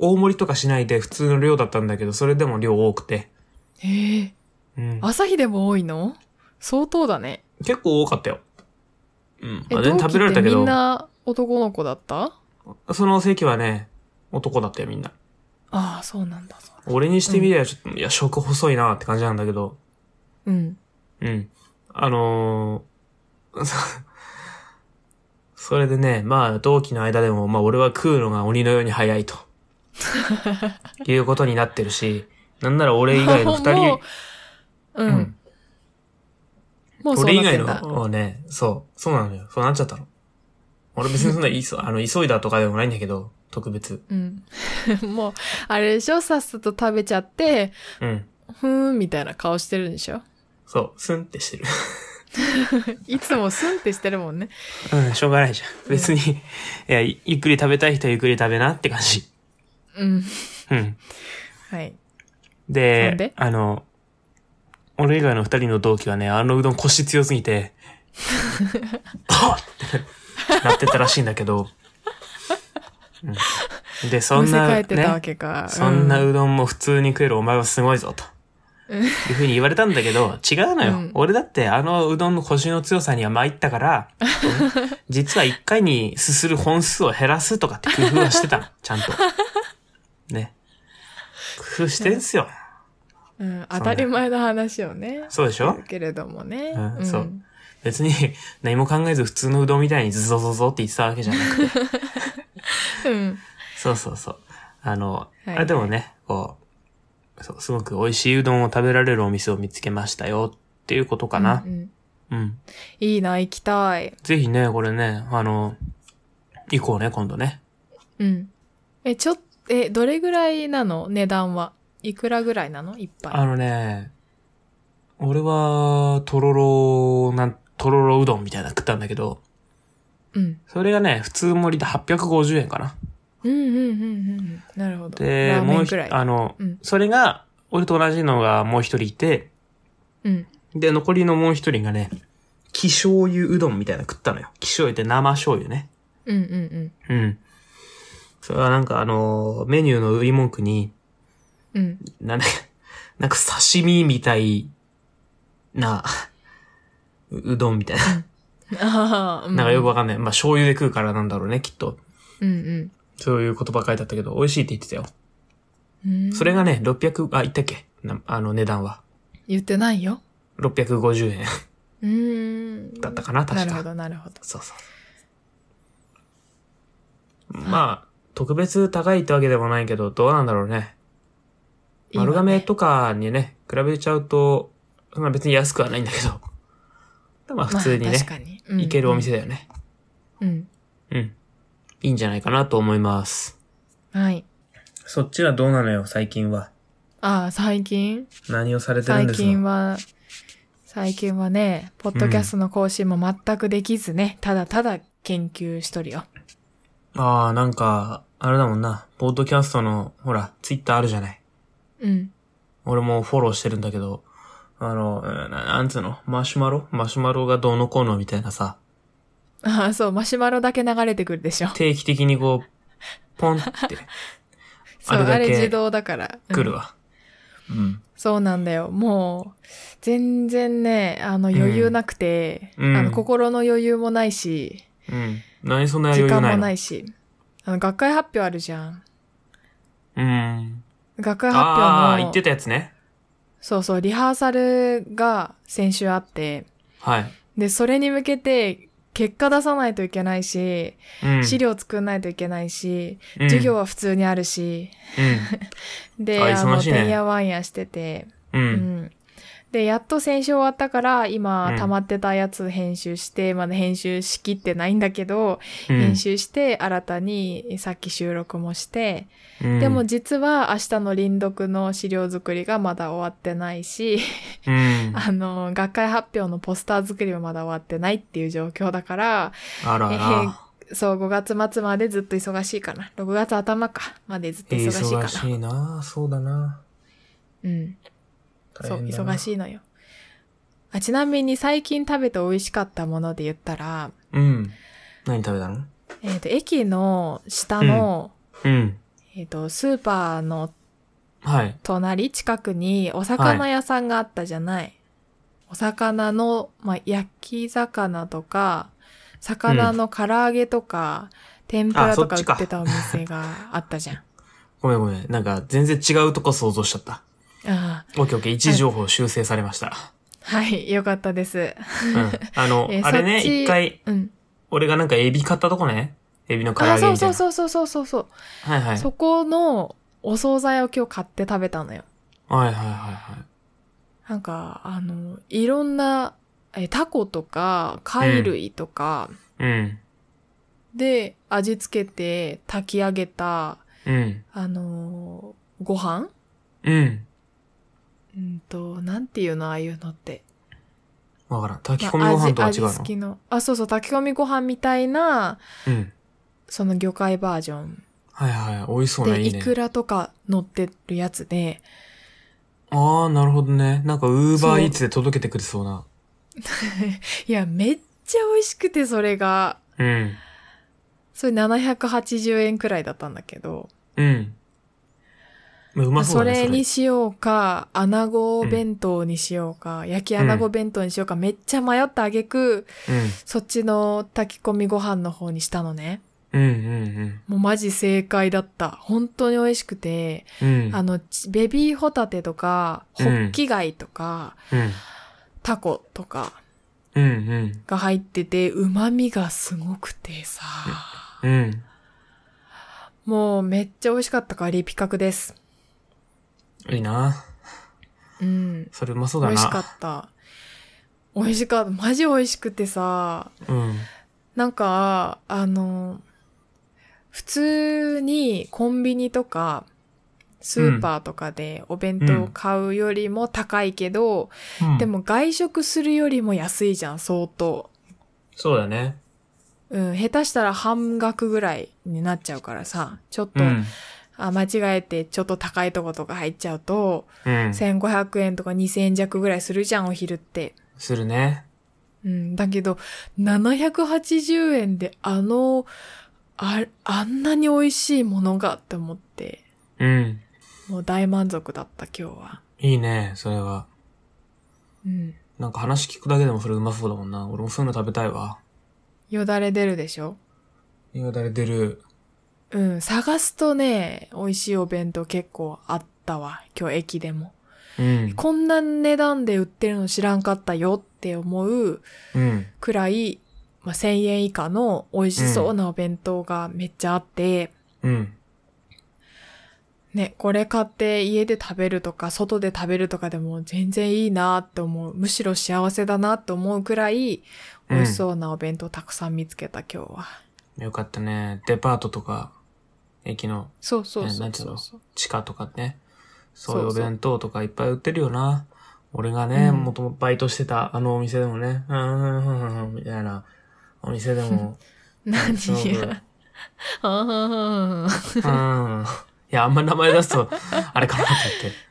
[SPEAKER 2] 大盛りとかしないで普通の量だったんだけど、それでも量多くて。
[SPEAKER 1] えー、
[SPEAKER 2] うん。
[SPEAKER 1] 朝日でも多いの相当だね。
[SPEAKER 2] 結構多かったよ。うん。
[SPEAKER 1] え、
[SPEAKER 2] まあ
[SPEAKER 1] 同
[SPEAKER 2] 全然
[SPEAKER 1] 期
[SPEAKER 2] 食べら
[SPEAKER 1] っ
[SPEAKER 2] れ
[SPEAKER 1] て
[SPEAKER 2] たけ
[SPEAKER 1] みん
[SPEAKER 2] ど、
[SPEAKER 1] な男の子だった
[SPEAKER 2] その席はね、男だったよみんな。
[SPEAKER 1] ああ、そうなんだ。そう
[SPEAKER 2] 俺にしてみりゃ、ちょっと、いや、食細いなって感じなんだけど、
[SPEAKER 1] うん。
[SPEAKER 2] うん。あのー、 そ それでね、まあ、同期の間でも、まあ、俺は食うのが鬼のように早いと。いうことになってるし、なんなら俺以外 の二
[SPEAKER 1] も
[SPEAKER 2] 人
[SPEAKER 1] う、う。
[SPEAKER 2] うんん。
[SPEAKER 1] もうそう
[SPEAKER 2] 俺
[SPEAKER 1] な
[SPEAKER 2] 以
[SPEAKER 1] って
[SPEAKER 2] 外
[SPEAKER 1] んだ。
[SPEAKER 2] の、ね、そう、そうなのよ。そうなっちゃったの。俺別にそんな、 いそあの、急いだとかでもないんだけど、特別。
[SPEAKER 1] うん。 もう、あれでしょさっさと食べちゃって、
[SPEAKER 2] うん。
[SPEAKER 1] ふーんみたいな顔してるんでしょ
[SPEAKER 2] そう、スンってしてる。
[SPEAKER 1] いつもスンってしてるもんね。
[SPEAKER 2] うん、しょうがないじゃん。別に、いや、いゆっくり食べたい人はゆっくり食べなって感じ。
[SPEAKER 1] うん。
[SPEAKER 2] うん。
[SPEAKER 1] はい。そ
[SPEAKER 2] で、
[SPEAKER 1] んで
[SPEAKER 2] あの、俺以外の二人の同期はね、あのうどん腰強す ぎて、はっってなってたらしいんだけど、うん、で、そん
[SPEAKER 1] むせ
[SPEAKER 2] な、
[SPEAKER 1] 返ってたわ
[SPEAKER 2] ね、
[SPEAKER 1] けか。
[SPEAKER 2] そんな
[SPEAKER 1] う
[SPEAKER 2] うどんも普通に食えるお前はすごいぞ、と。
[SPEAKER 1] うん
[SPEAKER 2] いうふうに言われたんだけど、違うのよ。
[SPEAKER 1] うん
[SPEAKER 2] 俺だってあのうどんの腰の強さには参ったから、実は一回にすする本数を減らすとかって工夫はしてたの。ちゃんと。ね。工夫してんすよ。
[SPEAKER 1] うん、当たり前の話をね。
[SPEAKER 2] そうでしょ
[SPEAKER 1] けれどもね。
[SPEAKER 2] うんそう別に 何も考えず普通のうどんみたいにズゾゾゾって言ってたわけじゃな くて。
[SPEAKER 1] うん。
[SPEAKER 2] そうそうそう。あの、
[SPEAKER 1] はい
[SPEAKER 2] あれでもね、こう、そうすごく美味しいうどんを食べられるお店を見つけましたよっていうことかな
[SPEAKER 1] う。んうん
[SPEAKER 2] うん、
[SPEAKER 1] いいな、行きたい。
[SPEAKER 2] ぜひね、これね、あの、行こうね、今度ね。
[SPEAKER 1] うん。え、ちょっと、え、どれぐらいなの値段は。いくらぐらいなの一杯。
[SPEAKER 2] あのね、俺は、とろろ、なん、とろろうどんみたいなの食ったんだけど、
[SPEAKER 1] うん。
[SPEAKER 2] それがね、普通盛りで850円かな。
[SPEAKER 1] うんうんうんうん。なるほど。
[SPEAKER 2] で
[SPEAKER 1] ラ、ーメ
[SPEAKER 2] もう
[SPEAKER 1] ン
[SPEAKER 2] ひ
[SPEAKER 1] くらい。
[SPEAKER 2] あの、
[SPEAKER 1] うん
[SPEAKER 2] それが、俺と同じのがもう一人いて、
[SPEAKER 1] うん。
[SPEAKER 2] で、残りのもう一人がね、希少油うどんみたいなの食ったのよ。希少油って生醤油ね。
[SPEAKER 1] うんうんうん。
[SPEAKER 2] うん。それはなんかあのーメニューの売り文句に、
[SPEAKER 1] うん。
[SPEAKER 2] なんだっけ、なんか刺身みたいな、 ううどんみたいな。
[SPEAKER 1] ああ、う
[SPEAKER 2] なんかよくわかんない。まあ醤油で食うからなんだろうね、きっと。
[SPEAKER 1] うん
[SPEAKER 2] そういう言葉書いてあったけど、美味しいって言ってたよ。
[SPEAKER 1] うん。うん
[SPEAKER 2] それがね、600、あ、言ったっけなあの値段は。
[SPEAKER 1] 言ってないよ。
[SPEAKER 2] 650円
[SPEAKER 1] うーん。
[SPEAKER 2] だったかな、確
[SPEAKER 1] な
[SPEAKER 2] か。
[SPEAKER 1] るほど、なるほど。
[SPEAKER 2] そうそう。まあ、特別高いってわけでもないけど、どうなんだろうね。
[SPEAKER 1] いいわね
[SPEAKER 2] 丸亀とかにね、比べちゃうと、まあ別に安くはないんだけど。 でまあ普通に
[SPEAKER 1] まあ
[SPEAKER 2] ね
[SPEAKER 1] 確、かに。
[SPEAKER 2] 行けるお店
[SPEAKER 1] で。
[SPEAKER 2] だよね。
[SPEAKER 1] うん。
[SPEAKER 2] うん。いいんじゃないかなと思います。
[SPEAKER 1] はい。
[SPEAKER 2] そっちはどうなのよ、最近は。
[SPEAKER 1] ああ、最近
[SPEAKER 2] 何をされてるん
[SPEAKER 1] 最
[SPEAKER 2] です
[SPEAKER 1] 近
[SPEAKER 2] か
[SPEAKER 1] は、最近はね、ポッドキャストの更新も全くできずね、ただただ研究しとるよ。
[SPEAKER 2] ああ、なんか、あれだもんな。ポッドキャストの、ほら、ツイッターあるじゃない。
[SPEAKER 1] うん。
[SPEAKER 2] 俺もフォローしてるんだけど、あの、うんななんつうのマシュマロマシュマロがどうのこうのみたいなさ、
[SPEAKER 1] ああ、そう、マシュマロだけ流れてくるでしょ。
[SPEAKER 2] 定期的にこう、ポンって
[SPEAKER 1] そう、
[SPEAKER 2] あれ
[SPEAKER 1] あ
[SPEAKER 2] だけ
[SPEAKER 1] れ自動だから。うん
[SPEAKER 2] 来るわ。うん。
[SPEAKER 1] そうなんだよ。もう、全然ね、あの
[SPEAKER 2] ん
[SPEAKER 1] 余裕なくて、
[SPEAKER 2] うん
[SPEAKER 1] あの心の余裕もないし、
[SPEAKER 2] うん。何そんな余
[SPEAKER 1] 時
[SPEAKER 2] 裕
[SPEAKER 1] 間
[SPEAKER 2] ない
[SPEAKER 1] も
[SPEAKER 2] の
[SPEAKER 1] ないし、あの、学会発表あるじゃん。
[SPEAKER 2] うん。
[SPEAKER 1] 学会発表の、
[SPEAKER 2] ああ、言ってたやつね。
[SPEAKER 1] そうそう、リハーサルが先週あって、
[SPEAKER 2] はい。
[SPEAKER 1] で、それに向けて、結果出さないといけないし、
[SPEAKER 2] うん。
[SPEAKER 1] 資料作んないといけないし、
[SPEAKER 2] うん
[SPEAKER 1] 授業は普通にあるし、で、
[SPEAKER 2] あ
[SPEAKER 1] あの、
[SPEAKER 2] 忙しいね
[SPEAKER 1] てんやわんやしてて、
[SPEAKER 2] うん。う。
[SPEAKER 1] うんん。で、やっと先週終わったから、今
[SPEAKER 2] う、ん
[SPEAKER 1] 溜まってたやつ編集して、まだ編集しきってないんだけど、
[SPEAKER 2] うん
[SPEAKER 1] 編集して、新たに、さっき収録もして、
[SPEAKER 2] うん
[SPEAKER 1] でも、実は明日の臨読の資料作りがまだ終わってないし、
[SPEAKER 2] うん。
[SPEAKER 1] あの、学会発表のポスター作りもまだ終わってないっていう状況だから、
[SPEAKER 2] あらあら。
[SPEAKER 1] そう、5月末までずっと忙しいかな。6月頭か、までずっと忙しいか
[SPEAKER 2] 忙
[SPEAKER 1] な。
[SPEAKER 2] しいなそうだな
[SPEAKER 1] うん。そう、忙
[SPEAKER 2] い。
[SPEAKER 1] しいのよ。あ、ちなみに最近食べて美味しかったもので言ったら、
[SPEAKER 2] うん。何食べたの
[SPEAKER 1] えっ、と、駅の下の、
[SPEAKER 2] うん。
[SPEAKER 1] えっ、と、スーパーの
[SPEAKER 2] はい。
[SPEAKER 1] 隣近くにお魚屋さんがあったじゃない。お魚の、まあ、焼き魚とか、魚の唐揚げとか、天ぷらとか
[SPEAKER 2] あそ
[SPEAKER 1] 売
[SPEAKER 2] っちか
[SPEAKER 1] ってたお店があったじゃん。 あ
[SPEAKER 2] ごめんごめん。なんか、全然違うとこ想像しちゃった。
[SPEAKER 1] あ
[SPEAKER 2] オッケーオッケー。位置情報修正されました。
[SPEAKER 1] はい、よかったです。
[SPEAKER 2] うん。あの
[SPEAKER 1] え、
[SPEAKER 2] あれ
[SPEAKER 1] そ
[SPEAKER 2] ね、
[SPEAKER 1] っち
[SPEAKER 2] 一回、
[SPEAKER 1] うん。
[SPEAKER 2] 俺がなんかエビ買ったとこね。エビの唐揚
[SPEAKER 1] あ、
[SPEAKER 2] げ
[SPEAKER 1] そう
[SPEAKER 2] みたい
[SPEAKER 1] そ
[SPEAKER 2] な。
[SPEAKER 1] うそうそうそうそうそう。
[SPEAKER 2] はいはい。
[SPEAKER 1] そこのお惣菜を今日買って食べたのよ。
[SPEAKER 2] はいはいはいはい。
[SPEAKER 1] なんか、あの、いろんな、え、タコとか、貝類とか、
[SPEAKER 2] うん。
[SPEAKER 1] で、味付けて炊き上げた、
[SPEAKER 2] うん。
[SPEAKER 1] あのーご飯
[SPEAKER 2] うん。
[SPEAKER 1] うんと、なんていうの、ああいうのって。
[SPEAKER 2] わからん。炊き込みご飯とは違
[SPEAKER 1] まあ
[SPEAKER 2] うの
[SPEAKER 1] 味味付きの。あ、そうそう、炊き込みご飯みたいな、
[SPEAKER 2] うん。
[SPEAKER 1] その魚介バージョン。
[SPEAKER 2] はいはい。美味しそうな、
[SPEAKER 1] で、
[SPEAKER 2] いい
[SPEAKER 1] イ
[SPEAKER 2] ね。
[SPEAKER 1] クラとか乗ってるやつで、
[SPEAKER 2] ああ、なるほどね。なんか、ウー
[SPEAKER 1] そ
[SPEAKER 2] バ
[SPEAKER 1] う
[SPEAKER 2] ーイーツで届けてくれそうな。
[SPEAKER 1] いや、めっちゃ美味しくて、それが。
[SPEAKER 2] うん。
[SPEAKER 1] それ780円くらいだったんだけど、
[SPEAKER 2] うん。まあうまそ
[SPEAKER 1] そう
[SPEAKER 2] だね。
[SPEAKER 1] れ
[SPEAKER 2] それ
[SPEAKER 1] にしようか、穴子弁当にしようか、焼き穴子弁当にしようか、めっちゃ迷ったあげく、そっちの炊き込みご飯の方にしたのね。
[SPEAKER 2] うん。うんうん
[SPEAKER 1] もうマジ正解だった。本当に美味しくて、
[SPEAKER 2] うん。うん。
[SPEAKER 1] あの、ちベビーホタテとか、ホッキ貝とか、
[SPEAKER 2] うん。
[SPEAKER 1] タコとか
[SPEAKER 2] うんうん。
[SPEAKER 1] が入ってて、旨味がすごくてさ、
[SPEAKER 2] うん。
[SPEAKER 1] もうめっちゃ美味しかったから、リピカクです。
[SPEAKER 2] いいな。
[SPEAKER 1] うん。
[SPEAKER 2] それうまそう
[SPEAKER 1] 美
[SPEAKER 2] だ
[SPEAKER 1] 味しかっ
[SPEAKER 2] な。
[SPEAKER 1] た。美味しかった。マジ美味しくてさ、
[SPEAKER 2] うん。
[SPEAKER 1] なんか、あの、普通にコンビニとか、スーパーとかでお弁当を買うよりも高いけど、
[SPEAKER 2] うん
[SPEAKER 1] で、も外食するよりも安いじゃん、相当。
[SPEAKER 2] そうだね。
[SPEAKER 1] うん、下手したら半額ぐらいになっちゃうからさ、ちょっと、
[SPEAKER 2] うん。
[SPEAKER 1] あ間違えてちょっと高いとことか入っちゃうと、
[SPEAKER 2] うん。
[SPEAKER 1] 1500円とか2000円弱ぐらいするじゃん、お昼って。
[SPEAKER 2] するね。
[SPEAKER 1] うん、だけど、780円であの、あ、あんなに美味しいものがって思って、
[SPEAKER 2] うん。
[SPEAKER 1] もう大満足だった今日は。
[SPEAKER 2] いいね、それは。
[SPEAKER 1] うん。
[SPEAKER 2] なんか話聞くだけでもそれうまそうだもんな。俺もそういうの食べたいわ。
[SPEAKER 1] よだれ出るでしょ
[SPEAKER 2] 今誰出る。
[SPEAKER 1] うん、探すとね、美味しいお弁当結構あったわ。今日駅でも。
[SPEAKER 2] うん。
[SPEAKER 1] こんな値段で売ってるの知らんかったよって思う
[SPEAKER 2] うん。
[SPEAKER 1] くらい、まあ、1000円以下の美味しそうなお弁当がめっちゃあって、
[SPEAKER 2] うん。
[SPEAKER 1] ね、これ買って家で食べるとか、外で食べるとかでも全然いいなって思う。むしろ幸せだなって思うくらい、
[SPEAKER 2] うん
[SPEAKER 1] 美味しそうなお弁当たくさん見つけた今日は。
[SPEAKER 2] よかったね。デパートとか、駅の
[SPEAKER 1] そうそうそ
[SPEAKER 2] ねな
[SPEAKER 1] うん
[SPEAKER 2] ていう
[SPEAKER 1] そ
[SPEAKER 2] の
[SPEAKER 1] うそう。
[SPEAKER 2] 地下とかね。そういう
[SPEAKER 1] そう
[SPEAKER 2] お
[SPEAKER 1] そう
[SPEAKER 2] 弁当とかいっぱい売ってるよな。俺がね、
[SPEAKER 1] うん
[SPEAKER 2] もともとバイトしてたあのお店でもね、うんうんうんうんみたいなお店でも、
[SPEAKER 1] 何
[SPEAKER 2] すごく
[SPEAKER 1] や。あー
[SPEAKER 2] うん。いや、あんま名前出すと、あれかなと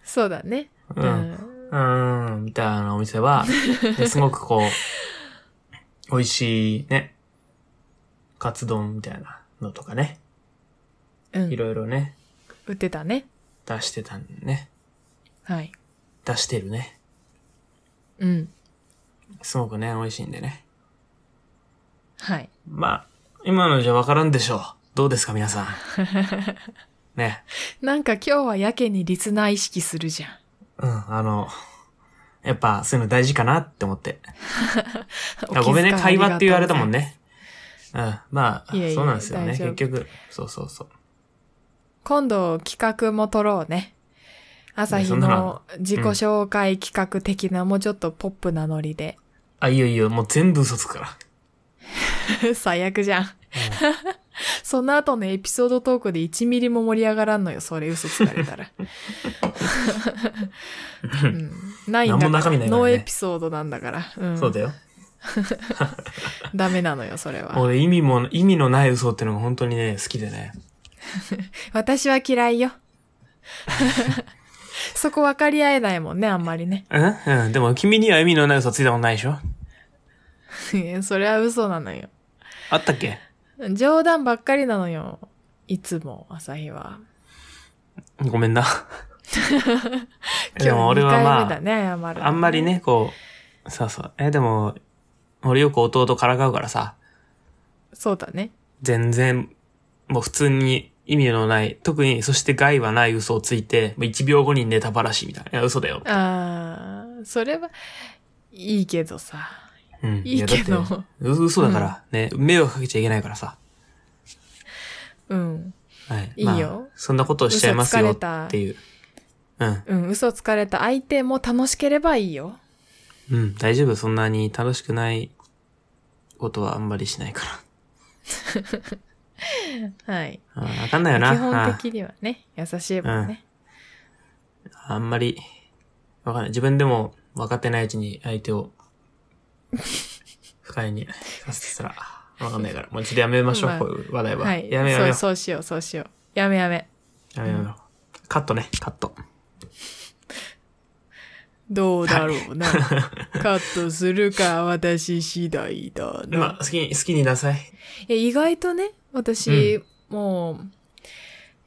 [SPEAKER 1] そうだね。う
[SPEAKER 2] 思って。
[SPEAKER 1] ん。
[SPEAKER 2] うん。うん、みたいなお店は、すごくこう、美味しいね、カツ丼みたいなのとかね、
[SPEAKER 1] う
[SPEAKER 2] い
[SPEAKER 1] ん。
[SPEAKER 2] ろいろね、
[SPEAKER 1] 売ってたね。
[SPEAKER 2] 出してたんね、
[SPEAKER 1] はい。
[SPEAKER 2] 出してるね。
[SPEAKER 1] うん。
[SPEAKER 2] すごくね、美味しいんでね。
[SPEAKER 1] はい。
[SPEAKER 2] まあ、今のじゃわからんでしょう。どうですか、皆さん。ね。
[SPEAKER 1] なんか今日はやけにリスナー意識するじゃん。
[SPEAKER 2] うん、あの、やっぱそういうの大事かなって思って。
[SPEAKER 1] お気遣
[SPEAKER 2] あ
[SPEAKER 1] い
[SPEAKER 2] ごめんね、会話って言われたもん
[SPEAKER 1] ありがとうございます。
[SPEAKER 2] ね。うん、まあ、
[SPEAKER 1] いえいえ
[SPEAKER 2] そうなんですよね。
[SPEAKER 1] 大丈夫
[SPEAKER 2] 結局、そうそうそう。
[SPEAKER 1] 今度企画も撮ろうね。朝日
[SPEAKER 2] そんなの
[SPEAKER 1] の自己紹介企画的な、もうちょっとポップなノリで。
[SPEAKER 2] あ、いいよいいよ、もう全部嘘つくから。
[SPEAKER 1] 最悪じゃん。 その後のエピソードトークで1ミリも盛り上がらんのよ、それ嘘つかれたら。 うん、ないんだ
[SPEAKER 2] 何も
[SPEAKER 1] か
[SPEAKER 2] 中
[SPEAKER 1] ら、
[SPEAKER 2] 身ないからね
[SPEAKER 1] ノーエピソードなんだから。うん、
[SPEAKER 2] そうだよ。
[SPEAKER 1] ダメなのよ、それは。
[SPEAKER 2] 俺、意味も、意味のない嘘ってのが本当にね、好きでね。
[SPEAKER 1] 私は嫌いよ。 そこ分かり合えないもんね、あんまりね。
[SPEAKER 2] うんうん。でも、君には意味のない嘘ついたことないでしょ
[SPEAKER 1] それは嘘なのよ。
[SPEAKER 2] あったっけ
[SPEAKER 1] 冗談ばっかりなのよ。いつも、朝日は。
[SPEAKER 2] ごめんな。で
[SPEAKER 1] 今
[SPEAKER 2] も
[SPEAKER 1] 日
[SPEAKER 2] 俺
[SPEAKER 1] 2
[SPEAKER 2] はま
[SPEAKER 1] 回
[SPEAKER 2] あ
[SPEAKER 1] 目だ、ね、謝る。
[SPEAKER 2] あんまり。ね、こう、そうそう。え、でも、俺よく弟からかうからさ、
[SPEAKER 1] そうだね。
[SPEAKER 2] 全然、もう普通に意味のない、特に、そして害はない嘘をついて、もう1秒後にネタばらしみたいな。いや、嘘だよ。
[SPEAKER 1] あー、それは、いいけどさ。
[SPEAKER 2] うん。
[SPEAKER 1] いいけど
[SPEAKER 2] やだってう嘘だから、ね、迷惑かけちゃいけないからさ。
[SPEAKER 1] うん。
[SPEAKER 2] はい。
[SPEAKER 1] いいよ
[SPEAKER 2] そんなことをしちゃいます
[SPEAKER 1] 嘘
[SPEAKER 2] よ
[SPEAKER 1] つかれた
[SPEAKER 2] っていう。うん。
[SPEAKER 1] うん、嘘つかれた相手も楽しければいいよ。
[SPEAKER 2] うん、大丈夫。そんなに楽しくないことはあんまりしないか
[SPEAKER 1] はい。
[SPEAKER 2] ら。 うん、わかんないよな。
[SPEAKER 1] 基本的にはね、優しいもんね。
[SPEAKER 2] ああんまり、わかんない。自分でも分かってないうちに相手を不快にさせたら、わかんないから。もうちょっとやめましょう、
[SPEAKER 1] まあ
[SPEAKER 2] こういう話題は。
[SPEAKER 1] はい。
[SPEAKER 2] やめやめよう
[SPEAKER 1] そうそうしよう、そうしよう。やめやめ。
[SPEAKER 2] やめやめようカットね、カット。
[SPEAKER 1] どうだろうな。 カットするか私次第だな。
[SPEAKER 2] まあ、好きに、好きになさい。
[SPEAKER 1] え意外とね、私、もう、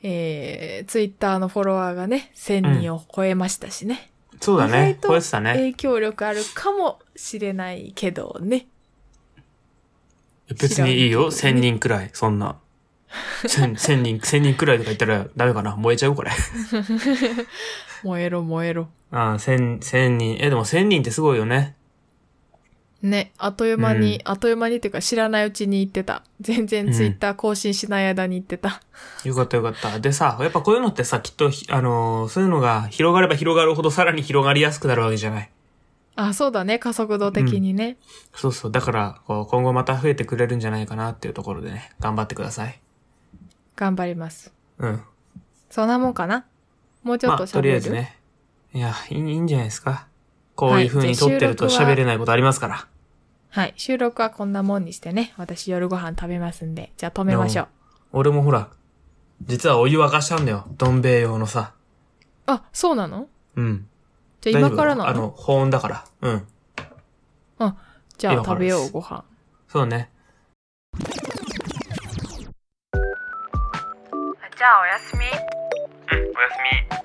[SPEAKER 1] えー、ツイッターのフォロワーがね、1000人を超えましたしね。
[SPEAKER 2] そうだ
[SPEAKER 1] 意
[SPEAKER 2] ね
[SPEAKER 1] 外。と
[SPEAKER 2] 超えてたね。
[SPEAKER 1] 影響力あるかもしれないけどね。
[SPEAKER 2] 別にいいよ。
[SPEAKER 1] 知らん
[SPEAKER 2] 1000人くらい、そんな。1000 1000人、1000人くらいとか言ったらダメかな。燃えちゃうこれ。
[SPEAKER 1] 燃えろ燃えろ。
[SPEAKER 2] ああ、1000、1000人。え、でも1000人ってすごいよね。
[SPEAKER 1] ね、あっという間に、
[SPEAKER 2] うん
[SPEAKER 1] あっという間にっていうか知らないうちに行ってた。全然ツイッター更新しない間に行ってた。
[SPEAKER 2] よかったよかった。でさ、やっぱこういうのってさ、きっとひ、あのーそういうのが広がれば広がるほどさらに広がりやすくなるわけじゃない。
[SPEAKER 1] あ、そうだね、加速度的にね。
[SPEAKER 2] そうそう。だから、こう、今後また増えてくれるんじゃないかなっていうところでね、頑張ってください。
[SPEAKER 1] 頑張ります。
[SPEAKER 2] うん。
[SPEAKER 1] そんなもんかなもうちょ
[SPEAKER 2] ま
[SPEAKER 1] っと
[SPEAKER 2] あ、
[SPEAKER 1] 喋る、
[SPEAKER 2] とりあえずね。いや、いいいいんじゃないですか。こういう風に撮ってると
[SPEAKER 1] はいじゃあ収録は
[SPEAKER 2] 喋れないことありますから。
[SPEAKER 1] はい。収録はこんなもんにしてね。私夜ご飯食べますんで。じゃあ止めましょう。
[SPEAKER 2] 俺もほら、実はお湯沸かしたんだよ。どん兵衛用のさ。
[SPEAKER 1] あ、そうなの
[SPEAKER 2] うん。
[SPEAKER 1] じゃあ今から
[SPEAKER 2] 大
[SPEAKER 1] な
[SPEAKER 2] 丈夫
[SPEAKER 1] の
[SPEAKER 2] あの、保温だから。うん。
[SPEAKER 1] じゃあ
[SPEAKER 2] 今から
[SPEAKER 1] 食べ
[SPEAKER 2] です
[SPEAKER 1] よう、ご飯。
[SPEAKER 2] そうね。
[SPEAKER 1] じゃあおやすみ。
[SPEAKER 3] うんおやすみ